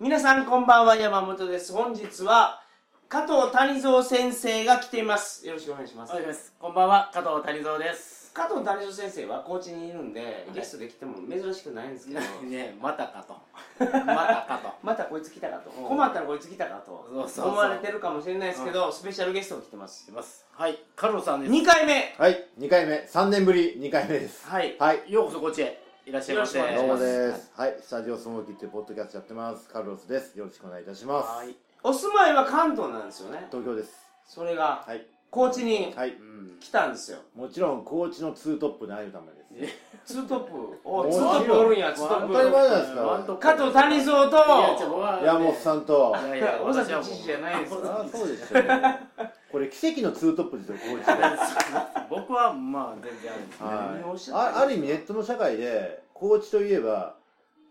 皆さんこんばんは山本です本日は加藤谷蔵先生が来ていますよろしくお願いします、お願いします。こんばんは、加藤谷蔵 です。加藤谷蔵先生は高知にいるんでゲストで来ても珍しくないんですけどね、またかと。 またかまたこいつ来たかとうん困ったらこいつ来たかとそうそうそう思われてるかもしれないですけど、スペシャルゲストが来てまと。すします。はい、カルロさんです。 2回目はい、2回目、3年ぶり2回目です。はいはい、ようこそこっちへ。いらっしゃいませ。よろしくどお願うもいしまです。はい、スタジオスモーキーっていうポッドキャストやってます。カルロスです。よろしくお願いいたします。はい。お住まいは関東なんですよね東京です。それがはい、高知にはい、うん。来たんですよもちろん高知のツートップで会うためです。ツートップおもツちーろトッんプおるんやツート当たりッ前じゃないですワントッププか。加藤谷蔵と山本さん。んと。いやいいやや、尾私崎はもう知事じゃないですよあそうですよ、ね。 これ奇跡のツートップですよ、高知で。 僕は、まあ、全然あるんですね。何をおっしはい、ゃってるあある意味ネットの社会で高知といえば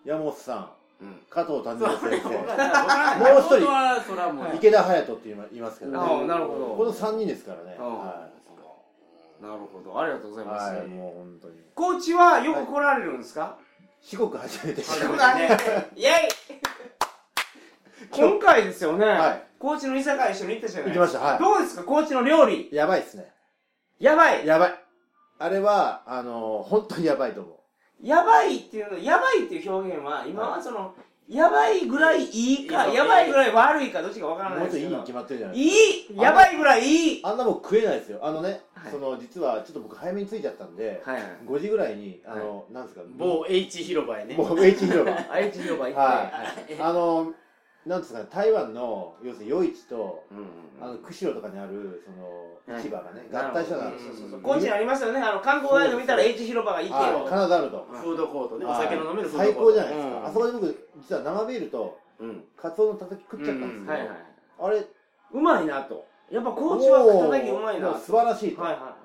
山本さん、うん加藤谷それ川は先僕生はなもう一人本当は、それはもう。池田隼人って言いま言いますけど、ああね、なるほこどの3人ですからね、うんはなるほどありがとうございい、ます、はい、もう本当に高知はよく来られるんですか、四国初めてはいそうだねイエイ今回ですよね、はい高知の居酒屋一緒に行ったじゃない行きましたはどうですか高知の料理い やばいっすねやばいややばいあれはあのー、本当にやばいと思うばいっていうのやばいっていう表現は今はその、やばいぐらいいいかいいやばいぐらい悪いかどっちかわからなもいうですちょいいけにど決まってるじゃないいいやばいぐらいいいあんなもん食えないですよあのね、はいその実はちょっと僕早めに着いちゃったんで、はいはい5時ぐらいにあの、なんですか某 H 広場へね。もう H 広場愛知広場行って、はあの、なんですかね、台湾の、要するに夜市と、うんうんうんあの、釧路とかにある、その、はい市場がね、なるほ合ど体したのがあるそうそうそううん高知にありますよねあの観光ガイド見たらそう H 広場がいいけど、はい、カナダあると。フードコートね。おはい酒の飲めるフード最コ高ート。じゃないですか。あそこで僕、実は生ビールと、うんカツオのたたき食っちゃったんですうけんど、はいはいうあれ、うまいなとやっぱ高知は叩きうまいなもう素晴らしいと。はいは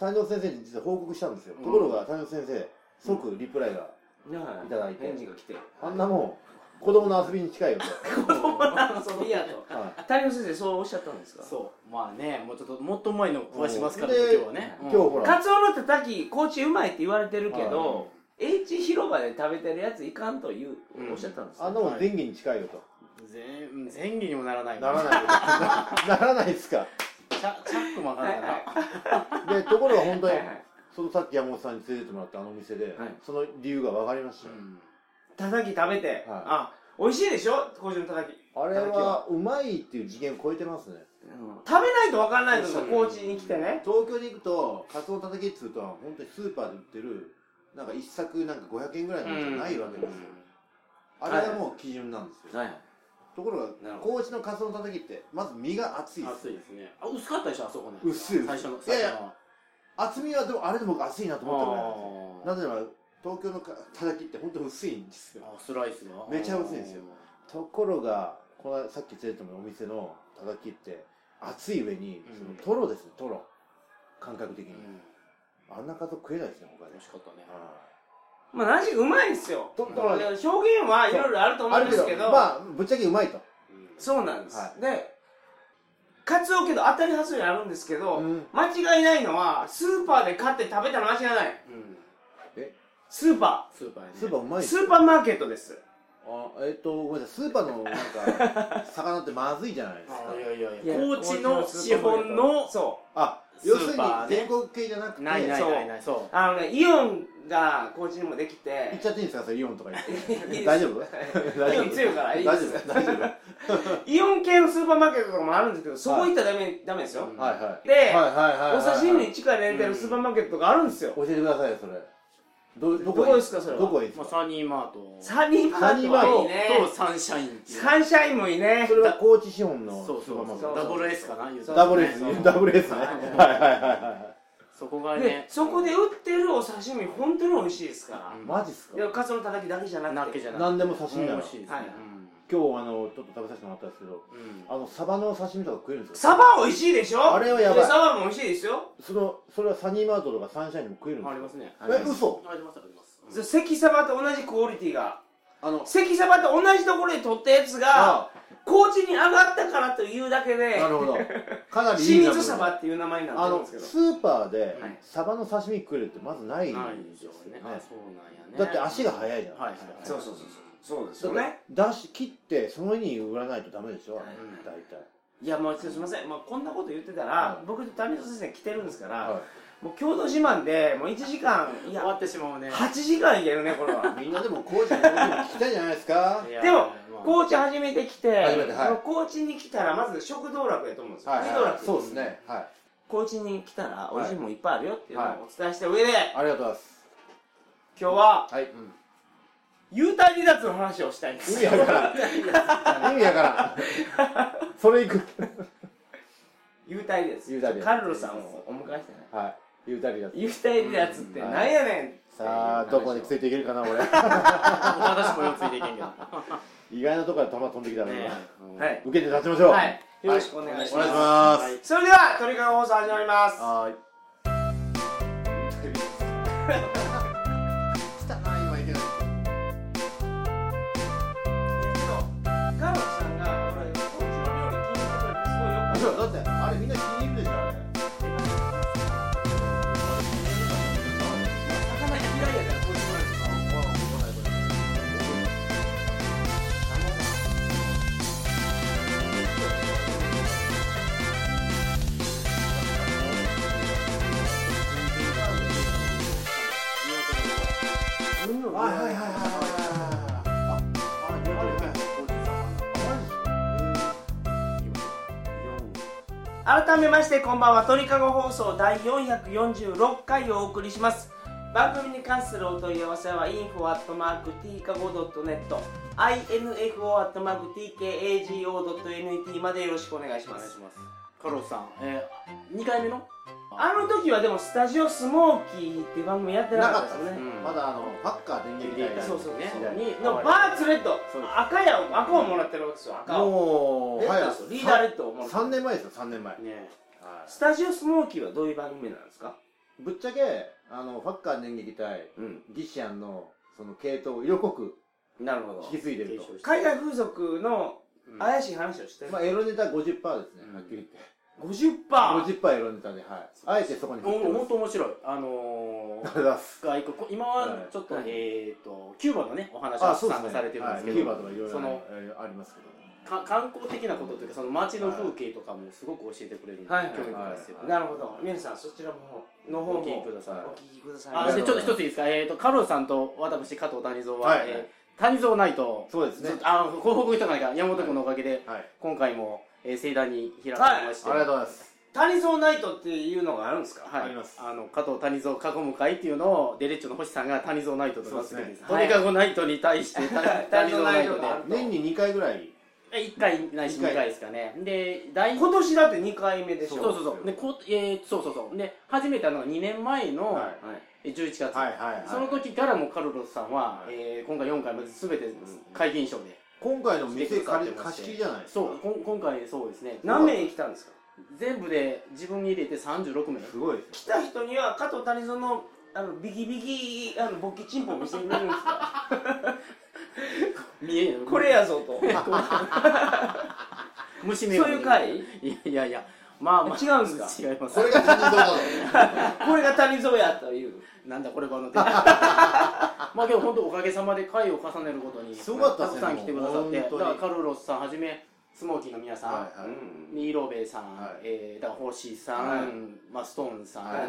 谷野先生に実は報告したんですよ。うんところが、谷野先生、即リプライが、いはいいただいて返事が来て あんなもん、子供の遊びに近いよそのいやとと。はい谷野先生そうおっしゃったんですかそう。まあね、もうちょっと、もっと前の壊しますから、うん今日はね。今日ほカら、ツオのたたき高知うまいって言われてるけはど H 広場で食べてるやついかんといううんおっしゃったんですあんよなもん前儀に近いよと。全前儀にもならないならないよ と。ならないっすか。チャチャックも分からないで、ところが本当はいには、いそのさっき山本さんに連れてってもらったあのお店で、はいその理由が分かりましたよ、たたき食べてあ美味しいでしょ高知のたたきあれはうまいっていう次元を超えてますね食べないと分からないですようん高知に来てね東京に行くとカツオたたきっつうと本当にスーパーで売ってるなんか一作なんか500円ぐらいのじゃないわけですよ、あれがもう基準なんですよ、はいところなるが高知のカツオのたたきってまず身が厚いです熱いですねあ薄かったでしょあそこね薄い薄い最初のいや最い初や厚みはでもあれで僕厚いなと思ったぐらいなんですよのなぜなら東京のかたたきって本当薄いんですよあスライスがめちゃ薄いんですよところがこのさっき連れてもお店のたたきって熱い上にうんそのトロですねトロ感覚的うに、んあんな数食えないですね他美で味しかったねまあ何しろうまいですよとうんと表現はいろいろあると思あうんるでけすけどどまあぶっちゃけうまいと、そうなんです、はでカツオけど当たり外れあるんですけど、うん間違いないのはスーパーで買って食べたの間違いないうんスーパスーパーにスーパーうまいーですスーパーマーケットですあえっ、とごめんなさいスーパーのなんか魚ってまずいじゃないですかあいやいやいいやや高知の資本のそあス要するーにパーね全国系じゃなくてないないそうないないそうあのねイオンが高知にもできう言てっちゃっていいんですかそれイオンとか言っいいですて大丈夫イ大オ丈ン夫強いからいいで大す丈夫大丈夫はイオン系のスーパーマーケットとかもあるんですけどそこ行ったらダメ,、ダメですようんいはいではいはいはいはいお刺身に近い連れてるスーパーマーケットがあるんですよ、教えてくださいよそれどどこどこですかそれはどこがいいですまかあサニーマートサニーマートもいいねとサンシャインっていうサンシャインもいいねそれは高知資本のそうそうスーパーマーケそうットダブル S かな言うたらダブル S そうダブル S ねははいいはいはいはそこがでねそこで売ってるお刺身本当に美味しいですから、いマジっすいやかカツオのたたきだけじゃななくけてじゃなくて何でも刺身なの美今味しい日ですはいねあのちょっと食べさせてもらったんですけどうんうんあのサバの刺身とか食えるんですサかバ美味しいでしょあれはやばいでサバも美味しいですよそのそれはサニーマートとかサンシャインにも食えるんですかありますねありまえす嘘ありますありますそれ関サバと同じクオリティがあの関サバと同じところで取ったやつがあ高知に上がったからというだけでなる ほどかなりいい清な水サバっていう名前になっあてるんのですけどスーパーではいサバの刺身食えるってまずないないでしょうねであそうなすよんやねだって足が速いじゃんはいはいそうそうそうそうそうですよね。出し切ってその日に売らないとダメでしょ、はいうん大体いや、もうちょっとすみません。まあ、こんなこと言ってたら、うん僕と谷戸先生来てるんですから、はもう郷土自慢で、もう1時間、い終や、わってしまうね8時間いけるね、これは。いみんなでもコーチのことも聞きたいじゃないですかいやでもまあ高知初めて来て、初めてはいその高知に来たら、まず食道楽やと思うんですよ。はい、食道は楽。い、そうですねはい高知に来たら、美味しいもんいっぱいあるよっていうのをはいお伝えした上で、ありがとうございます今日は、はい、幽体離脱の話をしたいんで意す味わからん意味わからんそれいく幽体離脱幽体離脱カルロさんをお迎えしてねはい言うたりだ幽体離脱ってなんやねん、さあどこについていけるかな俺私もようついていけんけど意外なところで球飛んできたねねはい受けて立ちましょうはいよろしくお願いしおます、願いしますはいそれではトリカゴ放送始まりますはーい来たな今いけないカルロさんが俺高知の料理聞いてくれてすごいよかったあそうだってあれみんな気に入るでしょあれ魚嫌いやからこうしてもらうはいはいはいはい改めましてこんばんは鳥かご放送第446回をお送りします番組に関するお問い合わせは info.tkago.net info.tkago.net までよろしくお願いしおま願いすしますカロスさんえー二回目のあの時はでもスタジオスモーキーっていう番組やってなかなかっったたでですよすねね。うんまだあのファッカー電撃みたいなそうそうね時代にのバーツレッドそうです赤やん赤をもらってるわけですよ赤をもレうッドですリーダーレッドをもらって3年前ですよ3年前、ねスタジオスモーキーはどういう番組なんですかぶっちゃけあのファッカー電撃対うんギシアンのその系統を色濃くなるほど引き継いでると、海外風俗のうん怪しい話をしてる、まあ、エロネタ50%ですね、うんはっきり言って 50%! 50%エロネタではいあえてそこに振っておま本す当面白いあのあーりがとうございます外 国今はちょっと、はいえー、とキューバのねお話あがそうで参す加ねされてるんですけはい、キューど、バとかいろいそろねのえーありますけどか観光的なことというかその街の風景とかもすごく教えてくれるんで、はい興味深いですよ、なるほど皆さんそちらの方の方もお聞きくださいお聞きくださいあなるほでどちょっと一ついいですか、えー、とカロさんと私加藤谷蔵は、はいえー谷蔵ナイトそうですねずっとあ報告しとかないから山本君のおかげで、はい今回も、えー、盛大に開かれまして、ありがとうございます谷蔵ナイトっていうのがあるんですかはい、ありますあの加藤谷蔵囲む会っていうのをデレッチョの星さんが谷蔵ナイトと名付けてるんですそうですね鳥かごナイトに対 してた谷谷蔵蔵ナナイイトトでで年に2回ぐらい1回ないし2回ですかねで第今年だって2回目でしょそうそうそうでこ、えー、そうそうそうで初めてあの2年前のははいえー11月、はいはいはいその時からもカルロスさんは、はいえー今回4回まで全て皆勤賞で、今回の店借り貸し切りじゃないですそかうこん今回そうですね何名来たんですか全部で自分に入れて36名すごいです来た人には加藤谷蔵のあのビキビキあの勃起チンポ見せてくれるんです か見えこれやぞと虫そう眼い鏡う回いやいやいやまあまあ違うんです違いますこれが人造だぞこれが谷蔵やというなんだこれこの手 まあけど本当おかげさまで回を重ねることにすごかったですねたくさん来てくださってもう本当にだからカルロスさんはじめスモーキーの皆さん、はいはいニーロベイさん、はいえーだから星さん、はいまあ、ストーンさん、はいはい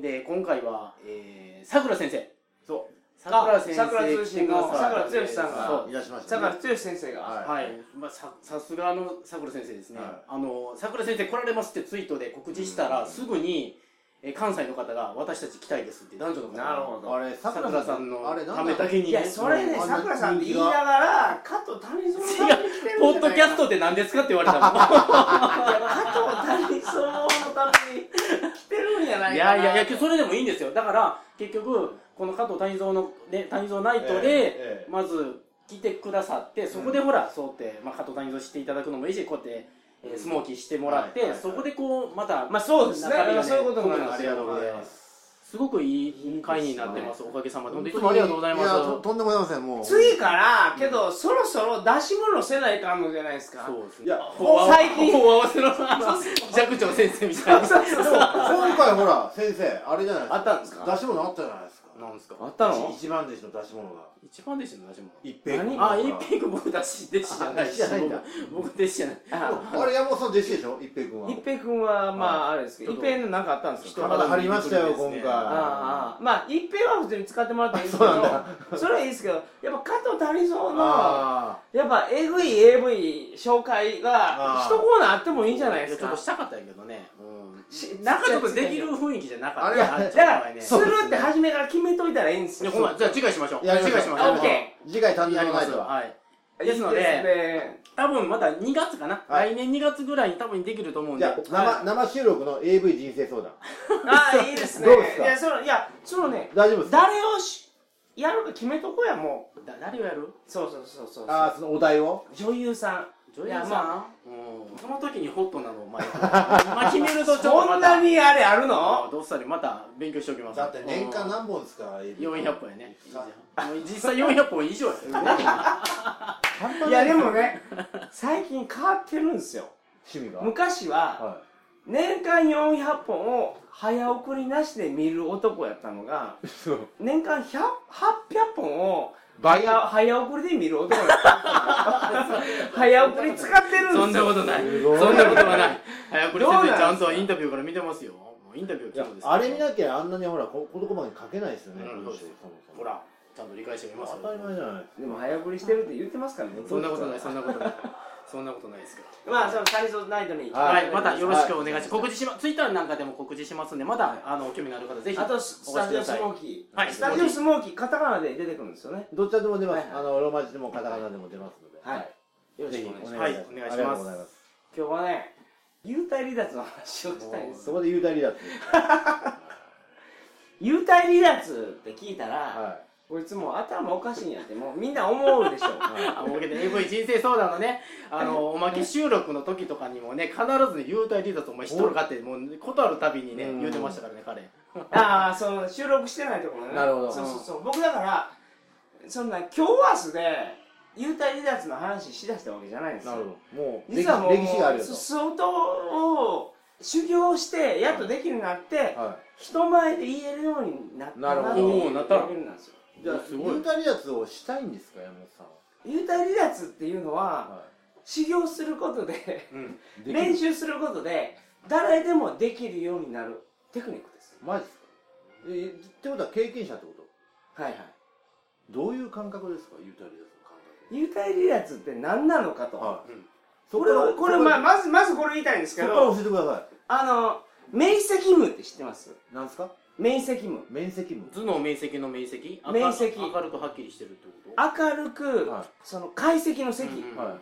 で今回は、えー、さくら先生そさくら先生さくら通信のさくら剛さんがそういらっしゃいましだたねから剛先生が、ははいい、まあ、ささすがのさくら先生ですね、はいあのさくら先生来られますってツイートで告知したうらんすぐに、えー関西の方が私たち来たいですって男女の方がなるほどあれささくくららささんんのあれなんただめだけにいやそれねあんさなくらさんって言いながら加藤谷蔵さんに来てるポんじッゃないドキャストって何ですかって言われたも加藤谷蔵のために来てるんじゃなんいいかなやいやいやそれでもいいんですよだから結局この加藤谷蔵の、ね、谷蔵ナイトえで、えええまず来てくださってそこでほら、そうって、まあ、加藤谷蔵知っていただくのもいいしこうやって、えースモーキーしてもらって、はいはいはいそこでこうまたまあそうですね中身がそういうことになるんあですりよがとうございますすごくいい会になってます、おかげさまで。本当に本いつ当にもありがとうございます。やとそとんでもございませんもう次からけど、そろそろ出し物せないかんのじゃないですかうですいや最最近、近法合わせの、あの、寂聴先生みたいな。そうそうそう今回ほら先生あれじゃないですかあったんですか出し物あったじゃないですかなんですかあったの一番弟子の出し物が一番弟子の出し物一平君あ一平君僕弟子弟子じゃないしあ弟子じゃないんだ僕僕弟子じゃないああれ山本さん弟子でしょ一平君は一平君はまああれですけど一平の何かあったんですか体張りましたよ今回ああああまあ一平は普通に使ってもらっていいですけあそうどそれはいいですけどやっぱ加藤谷蔵のあやっぱえぐい AV 紹介があー一コーナーあってもいいんじゃないですちょっかとしたかったんやけどねうんし仲良くできる雰囲気じゃなかったあれはだだからねするって初めから決めといたらいいんですいやよほんまじゃあ次回しましょうやりま次しょ回しうましあょう OK ー次回単独やりのまナイすトははいいいですですのでね多分また2月かなはい来年2月ぐらいに多分できると思うんじでゃあ生生収録の AV 人生相談ああいいですねどうですかいやそのいやそのね大丈夫ですか誰をしやるか決めとこうやもうだ誰をやるそうそうそうそうああそのお題を女優さ女い優やさん、まうんその時にホットなのをまあまあ決めるとんちょっとそまんたなにあれあるあのどっさりまた勉強しておきますだって年間何本ですか AV 400本やねもう実際400本以上やすごいないやでもね最近変わってるんですよ趣味が昔はは年間400本を早送りなしで見る男やったのがいそう年間100 800本を倍早早送りで見る男やった 早送り使ってるんですよそんなことないすごいそんなことはない早くどうなん先ですか生ちゃんとインタビューから見てますよもうインタビューい来てやるんですよあれ見なきゃあんなにほらこここまで書けないですよねうん文章そうですそもそもほらちゃんと理解してみますよ当たり前じゃないでも早送りしてるって言ってますからねそんなことないそんなことない そんなことないですからまあそのサリソーナイトにははいい、またよろしくお願いします。はい告知しま、ツイッターなんかでも告知しますんで、まだ、あの、興味のある方、ぜひ。あとお越しススタジオスモくーキー、はいスタジオスモーキーカタカナで出てくるんですよねどっちらでも出ますはいはいあのローマ字でもカタカナでも出ますのではいよろぜしくひお願いします、はいお願いしますお願いしますありがとうございます今日はね幽体離脱の話をしたいんですそこで幽体離脱幽体離脱って聞いたら、はこいつもう頭おかしいんやってもうみんな思うでしょいはいださい。あ、もうけて AV 人生相談のね、あ の、おまけ収録の時とかにもね、必ずね、幽体離脱お前知っとるかって、もう、ことあるたびにね、うん言うてましたからね、彼。 ああその収録してないところねなるほどそうそうそう僕だからそんな今日明日で幽体離脱の話しだしたわけじゃないんですよなるほどもう歴史実はもう歴史があるよと相当を修行してやっとできるようになって、は人前で言えるようになったなるほどっていうおーなったのレベルなんですよいじゃあすごい幽体離脱をしたいんですか山本さん幽体離脱っていうのははは修行することでうん。いできる練習することで誰でもできるようになるテクニックですマジですかえってことは経験者ってことはいはいどういう感覚ですか幽体離脱の感覚幽体離脱って何なのかと、はうんそこれはをこれまあまずまずこれ言いたいんですそけこからど教えてくださあの面積無って知ってますいなんですか面積無面積無頭脳面積の面積明面積明るくはっきりしてるってこと明るく、はその解析の積、うんうんは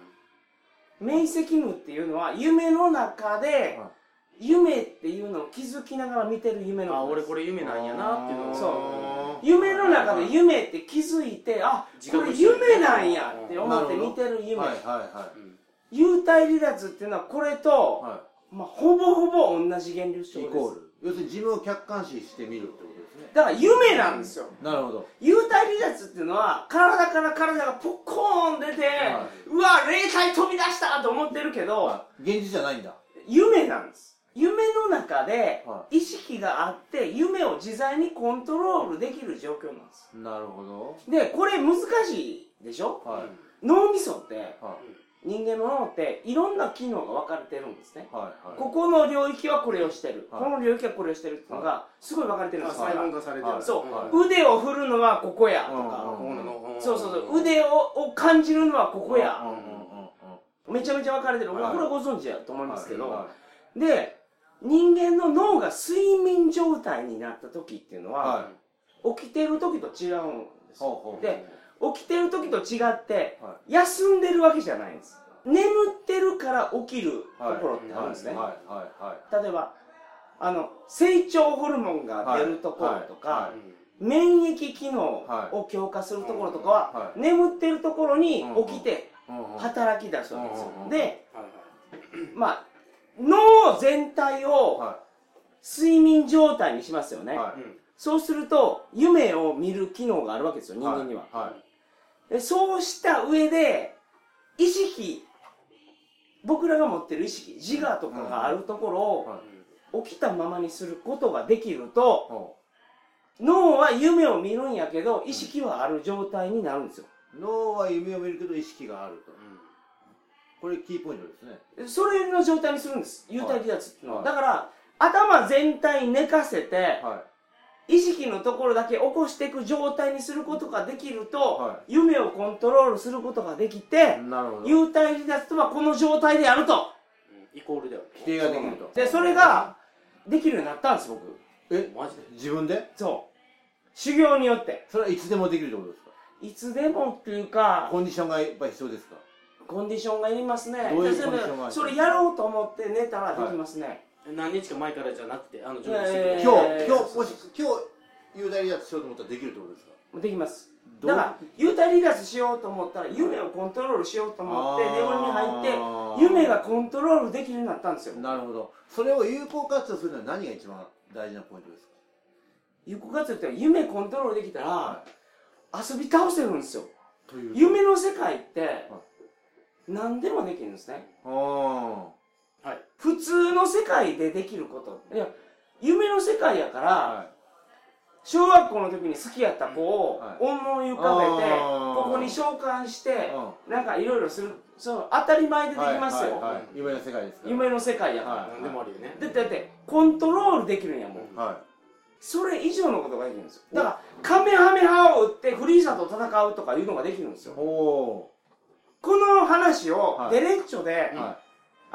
面積無っていうのは夢の中で、は夢っていうのを気づきながら見てる夢のあ、ことで俺すこれ夢なんやなっていうのをそううん夢の中で夢って気づいてあ自これ覚してる夢なんやって思って見てる夢はいはいはうん幽体離脱っていうのはこれと、いはまあ、ほぼほぼ同じ原理主いイ義コーですル要するに自分を客観視してみるってことですねだから夢なんですよなるほど幽体離脱っていうのは体から体がポッコーン出て、はうわ霊体飛び出したと思ってるけど、現実じゃないんだ夢なんです夢の中では意識があって夢を自在にコントロールできる状況なんですなるほどでこれ難しいでしょはい脳みそっては人間の脳っていろんな機能が分かれてるんですねいはいはいここの領域はこれをしてる、はいこの領域はこれをしてるっていうのがすごい分かれてるんあですよ、細分化されてはるいそう、ん腕を振るのはここやとうんか、こうなのんそうそうそう腕をを感じるのはここうや、んうんうんうんめちゃめちゃ分かれてる、はいこれはご存知やと思いますけど、はで人間の脳が睡眠状態になった時っていうのいは、は起きてる時と違うんでいすよほうほうで起きてる時と違って、は休んでるわけじゃないんです眠ってるから起きるところってあるんですね、はいはいはい例えばあの成長ホルモンが出るところとか、はい免疫機能を強化するところとかは、は眠ってるところに起きていうんうん働き出すわけですよ、うんうんではいはいまあ脳全体をは睡眠状態にしますよね、いはういんそうすると夢を見る機能があるわけですよ人間には、はでそうした上で意識僕らが持ってる意識自我とかがあるところうんを起きたままにすることができるといほ脳は夢を見るんやけど、意識はある状態になるんですよ。脳は夢を見るけど意識があると。これキーポイントですね。それの状態にするんです。幽体離脱っていうのは。はだいから、頭全体寝かせて、は意識のところだけ起こしていく状態にすることができると、は夢をコントロールすることができて、なるほど。幽体離脱とはこの状態でやると。イコールだよね規定ができると。で、それができるようになったんです、僕。え、マジで自分でそう。修行によって。それはいつでもできるってことですかいつでもっていうか、コンディションがやっぱり必要ですかコンディションがいりますね。どうい例うえばコンディションがそれやろうと思って寝たらできますね。何日か前からじゃなくてあの準いや備いやしていくやれ今え日、ー今日、もし、今日、有大離脱しようと思ったらできるってことですかできますどうだから幽体離脱しようと思ったら夢をコントロールしようと思って眠りに入って入夢がコントロールできるようになったんですよなるほど。それを有効活用するのは何が一番大事なポイントですか有効活用って夢コントロールできたらは遊び倒せるんですよい。という。夢の世界って何でもできるんですねあ普通の世界でできることいや夢の世界やかあ。らい。小学校の時に好きやった子をはい思い浮かべてあーここに召喚してうなんかいろいろするその当たり前でんできますはいはいよはい夢の世界ですから。夢の世界やからはい何でもあるよねだってだってコントロールできるんやもんはそれ以上のことができるんですよだからカメハメハを打ってフリーザと戦うとかいうのができるんですい。よおこの話をはいデレッチョで、ー。は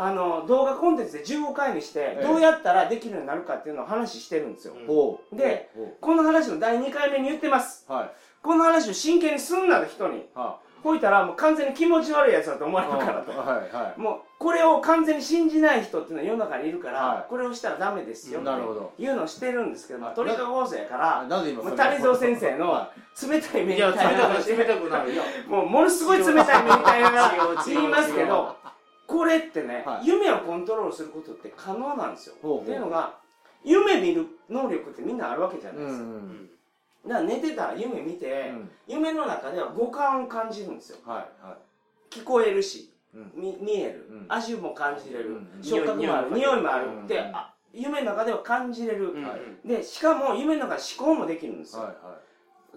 あの動画コンテンツで15回にしてええどうやったらできるようになるかっていうのを話してるんですようい。んほう。でほこの話の第2回目に言ってますう。はい。この話を真剣にすんなと人にはこういたらもう完全に気持ち悪いやつだと思あわれるからとはいはもうこれを完全に信じない人っていうのは世の中にいるから、はいこれをしたらダメですよい。なるほど。いうのをしてるんですけど、まあ、トリカゴ放送やから、なぜ今もうそれを谷蔵先生の冷たい目いにや対冷た応くしない冷て、たくないいやもうものすごい冷たい目に対応 が違う違う言いますけど、これってね、はい夢をコントロールすることって可能なんですよ。ほうほうっていうのが、夢見る能力ってみんなあるわけじゃなういんでうすか。うんんだから寝てたら夢見うて、ん夢の中では五感を感じるんですよ。はいは聞こえるし、いうんみ見える、うん足も感じれる、うん触覚もある、匂匂いいもあるうんって、あ夢の中では感じれる。うんはいでしかも夢の中で思考もできるんですよ、はいは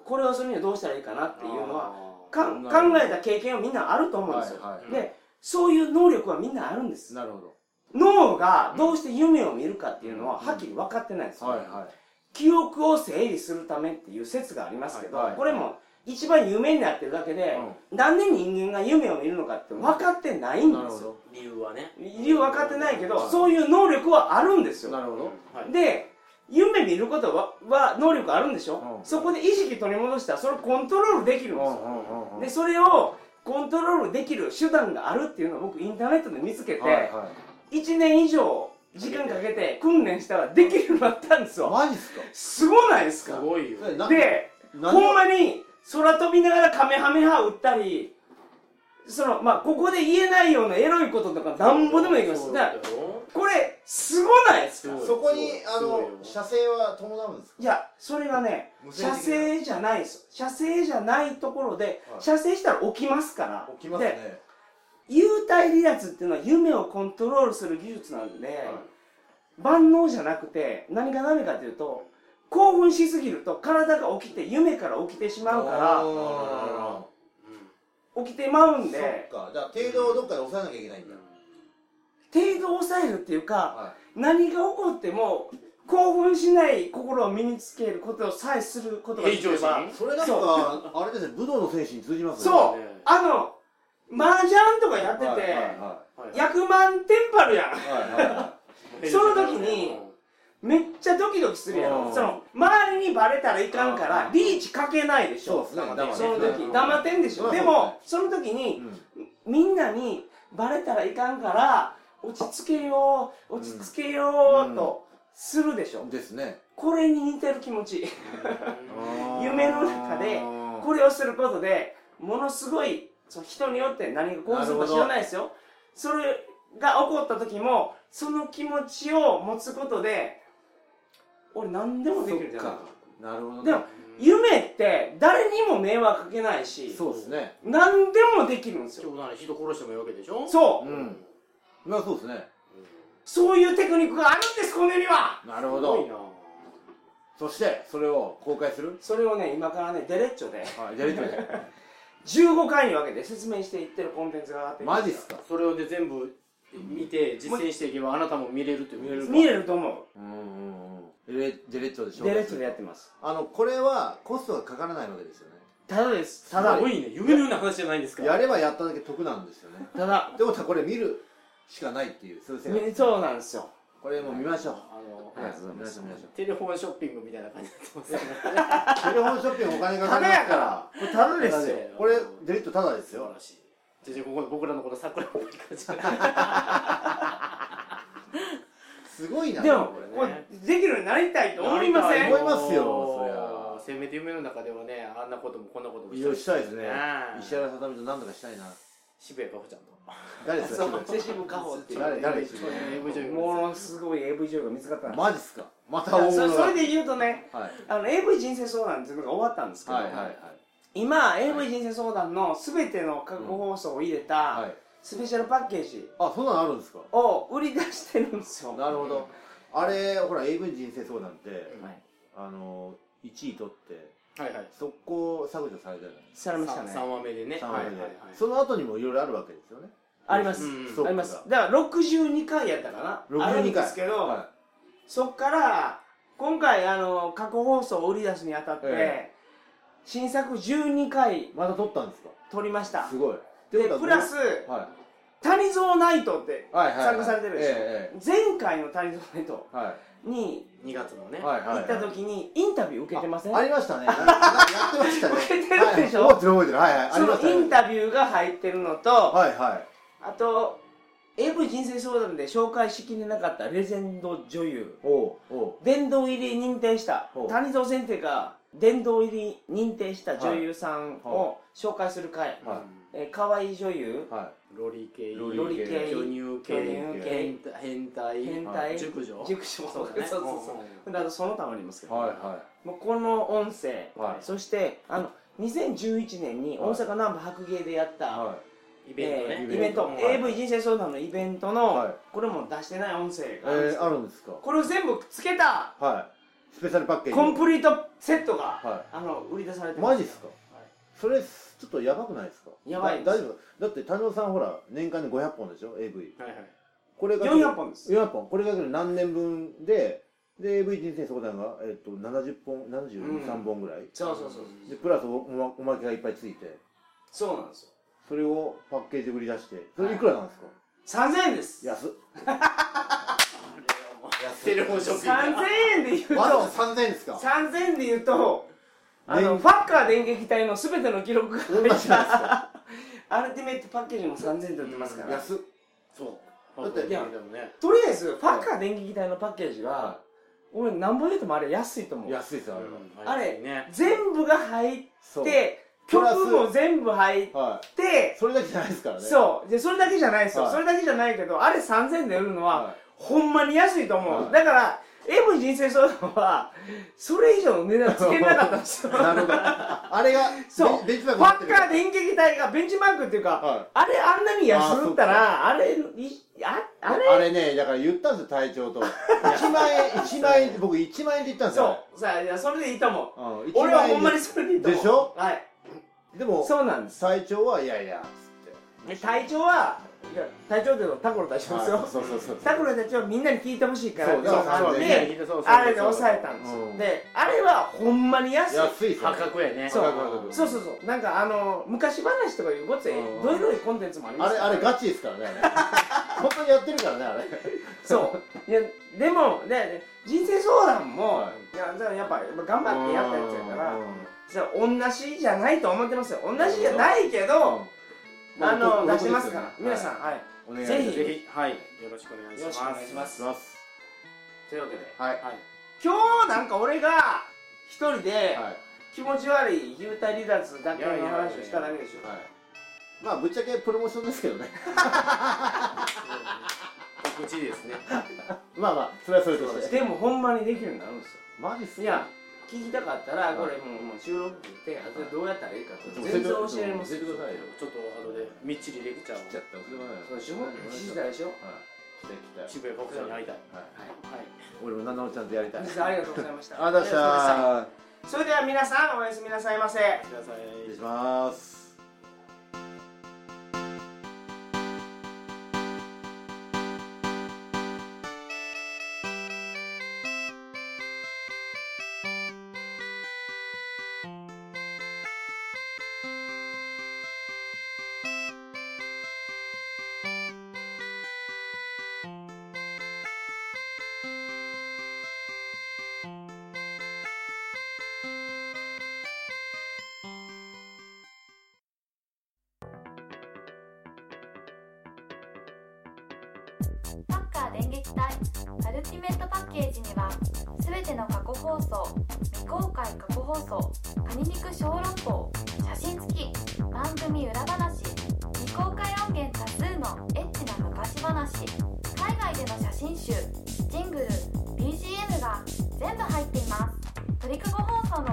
これをするにはどうしたらいいかなっていうのはあかんなるほど考えた経験はみんなあると思うんですよ、はいはいでそういう能力はみんなあるんでいすなるほど脳がどうして夢を見るかっていうのはうんはっきり分かってないんですよ、はいは記憶を整理するためっていう説がありますけど、はいはいこれも一番夢になってるだけで、なんで人間が夢を見るのかって分かってないいんなるですよほ理由はね理由分かってないけど、はいそういう能力はあるんですどよなるほうんどはいで夢見ることはは能力あるんでしょ、うんそこで意識取り戻したらそれをコントロールできるんですよ、うんうんうんでそれをコントロールできる手段があるっていうのを僕インターネットで見つけて、はいは1年以上時間かけて訓練したらできるようになったんですよいマジっすかすごないですすかごいよそれなで何ほんまに空飛びながらカメハメハ打ったりそのまあここで言えないようなエロいこととかなんぼでもできますそうだかだらよこれすごないですかすごいそこにあすごいよの射精は伴うんですかいやそれがね無線射的な精じゃないです射精じゃないところで、はい射精したら起きますから起きますでね幽体離脱っていうのは夢をコントロールする技術なんで、万能じゃなくて何がダメかというと興奮しすぎると体が起きて夢から起きてしまうかあら起きてまうーんでそっかじゃあ程度をどっかで抑えなきゃいけないんだ程度を抑えるっていうかは何が起こっても興奮しない心を身につけることをさえすることができれ平常ば心いそれなんそうかあれですね武道の選手に通じますねそうねあの麻雀とかやってて、はいはいははい役満テンパるやんいはいはその時にめっちゃドキドキするやうんんその周りにバレたらいかんかうらんリーチかけないでいしそうょですね黙ってそのう時ん黙ってんでしうょんでもその時にみんなにバレたらいかんから落ち着けよう落ち着けようとするでしうょんですねこれに似てる気持ち夢の中でここれをすることでものすごいその人によって何が興奮するか知らないですよそれが起こった時もその気持ちを持つことで俺何でもできるんじゃないかなるほどねでも夢って誰にも迷惑かけないしそうですね何でもできるんですよ今日なら人殺してもいいわけでしょそうう、んまあそうですねそういうテクニックがあるんですこの世にはなるほすごいどなそしてそれを公開するそれをね今からねデレッチョではいやりとりで15回に分けて説明していってるコンテンツが上がってるマジっすかそれをで全部見て実践していけばあなたも見れるという見れる見れると思うんうんうんデレデレッチョでしうょデレッチョでやってますあのこれはコストがかからないわけですよねただですただすごいね夢のような話じゃないですかやればやっただけ得なんですよねただでもこれ見るしかないっていう数千円ねそうなんですよこれもう見ましょうあのありがとうございます見ましょうテレフォンショッピングみたいな感じになってます見ましょうテレフォンショッピングお金がかかりますからこれただですよねこれデレッチョただです素よ晴らしいじゃあじゃあここ僕らのこの桜の感じがすごいなでもれねこれできるようになりたいと思いません思いますよそりゃせめて夢の中ではねあんなこともこんなこともいやしたいですねね石原さとみと何とかしたいな渋谷かほちゃんと誰ですかそう渋谷セシブカホっていう誰誰そうね AV 女優ものすごい AV 女優が見つかったんですマジっすかまたい大やそれ物そがれで言うとねはいあの AV 人生相談っていうのが終わったんですけど、はいはいはい今 AV 人生相談の全ての過去放送を入れはたいスペシャルパッケージあそんなのあるんですかを売り出してるんですよ、なるほどあれほら AV 人生相談ってはい、あの1位取ってはいはい速攻削除されたじゃないですされました三ね話目でねかはい3はい位はいでその後にもいろいろあるわけですよねあります、うんストッありプまがすだから62回やったかなあるん62回ですけど、はそっから今回あの過去放送を売り出すにあたって、え新作12回いまた取ったんですか撮りましたすごいでプラスは「谷蔵ナイト」っていはいはいはい参加されてるでしょ、ええ前回の「谷蔵ナイトええはい」に2月のねはいはい行はいった時にインタビュー受けてませんあありましたねなんかなんかやってましたね 受けてるでしょはい覚えてる覚えてるはいはいあそりまのしたねインタビューが入ってるのとはいはいあと AV 人生相談で紹介しきれなかったレジェンド女優おうおう殿堂入り認定したほう谷蔵先生が殿堂入り認定した女優さんを紹介する会、はいえー可愛い女優はロリ系ロロリ系巨乳系巨乳系変態変態変は態い熟女熟女そうだ ねそうそうそうあとその他もありますけいど、はいはもうこの音声、はいそしてあの2011年に大阪南部白芸でやった、いはうんイイベベントえねーイベント、うん AV 人生相談のイベントの、はいこれも出してない音声いがあるんでえすけーど、あるんですかこれを全部つけたはいスペシャルパッケージコンプリートセットが、はあの売り出されてマジっすかはいそれちょっとやばくないですかやばいですだ大丈夫だって谷尾さんほら年間で500本でしょ AV はいはいこれが400本です400本これが何年分でで AV 人生相談が、えっと70本73本ぐらい、そうそうそうでプラスおおまおまけがいっぱいついてそうなんですよそれをパッケージで売り出してそれいくらなんですか、 3000円です安っテレフォンショッピング3000円で言うとまだ3000 円ですか3000円で言うとあの、ねファッカー電撃隊の全ての記録がそん入なんっじゃないですたかアルティメットパッケージも3000円で売ってますから、うん安っそうだっていやでもねとりあえずファッカー電撃隊のパッケージは、俺何本言うてもあれ安いと思う安いですよあれは、あれね全部が入っそうてプラス曲も全部入っはいてそれだけじゃないですからねうそうでそれだけじゃないですよ、はいそれだけじゃないけどあれ3000円で売るのは、はほんまに安いと思う、はいだからエブ人生相談はそれ以上の値段つけなかったんですいよ なるほどあれがそうベンベンチフマーァクになっッカてるー電撃隊がベンチマークっていうか、はいあれあんなに安売ったらあれいああれあれねだから言ったんですよ隊長と1万円1万円って僕1万円って言ったんですよそうさあいやそれでいいと思ううん1万円で俺はほんまにそれでいいと思うでしょはいでもそうなんです隊長はいやいやで隊長はいや隊長っていうのはタコロ隊長ですよ、はいそうそうそうタコロ隊長はみんなに聞いてほしいからそっうてだから感じそうであれで抑えたんですよ、うんであれはほんまに安い安いですよ破格やねそう破格破格そうそうそうなんかあの昔話とかいうごついうんどいろいコンテンツもありまあすれからあれガチですからね あれ本当にやってるからねあれそういやでもね人生相談も、、はいやじゃあやっぱ頑張ってやったやつやからうんじゃあ同じじゃないと思ってますよ同じじゃないけど、うんあまの僕出してますから、僕皆ですよさんねはいお願いしぜまひすぜひはいよろしくお願いしよろましすくお願いしますますというわけではいはい今日なんか俺が一人ではい気持ち悪い幽体離脱だけのいやいやいやいや話をしただけでしょはいまあぶっちゃけプロモーションですけどね 告知ですねまあまあそれはそれとそうしですてでもほんまにできるようになるんですよマジっすかいや聞きたかったらいこれもうもう収録ってあとでどうやったらいいかってもう全然教えれます教えてくださいよちょっと後でみっちりレクチャーを切っちゃった教えてくださいよそうでしょ知りたいでしょは来たい来たい渋谷国際に会いたい。ははいい俺も七尾ちゃんとやりたい本日はありがとうございましたありがとうございましそたれでは皆さんおやすみなさいませください失礼しますサッカー電撃隊アルティメットパッケージにはすべての過去放送未公開過去放送カニ肉小籠包写真付き番組裏話未公開音源多数のエッチな昔話海外での写真集ジングル BGM が全部入っています鳥かご放送の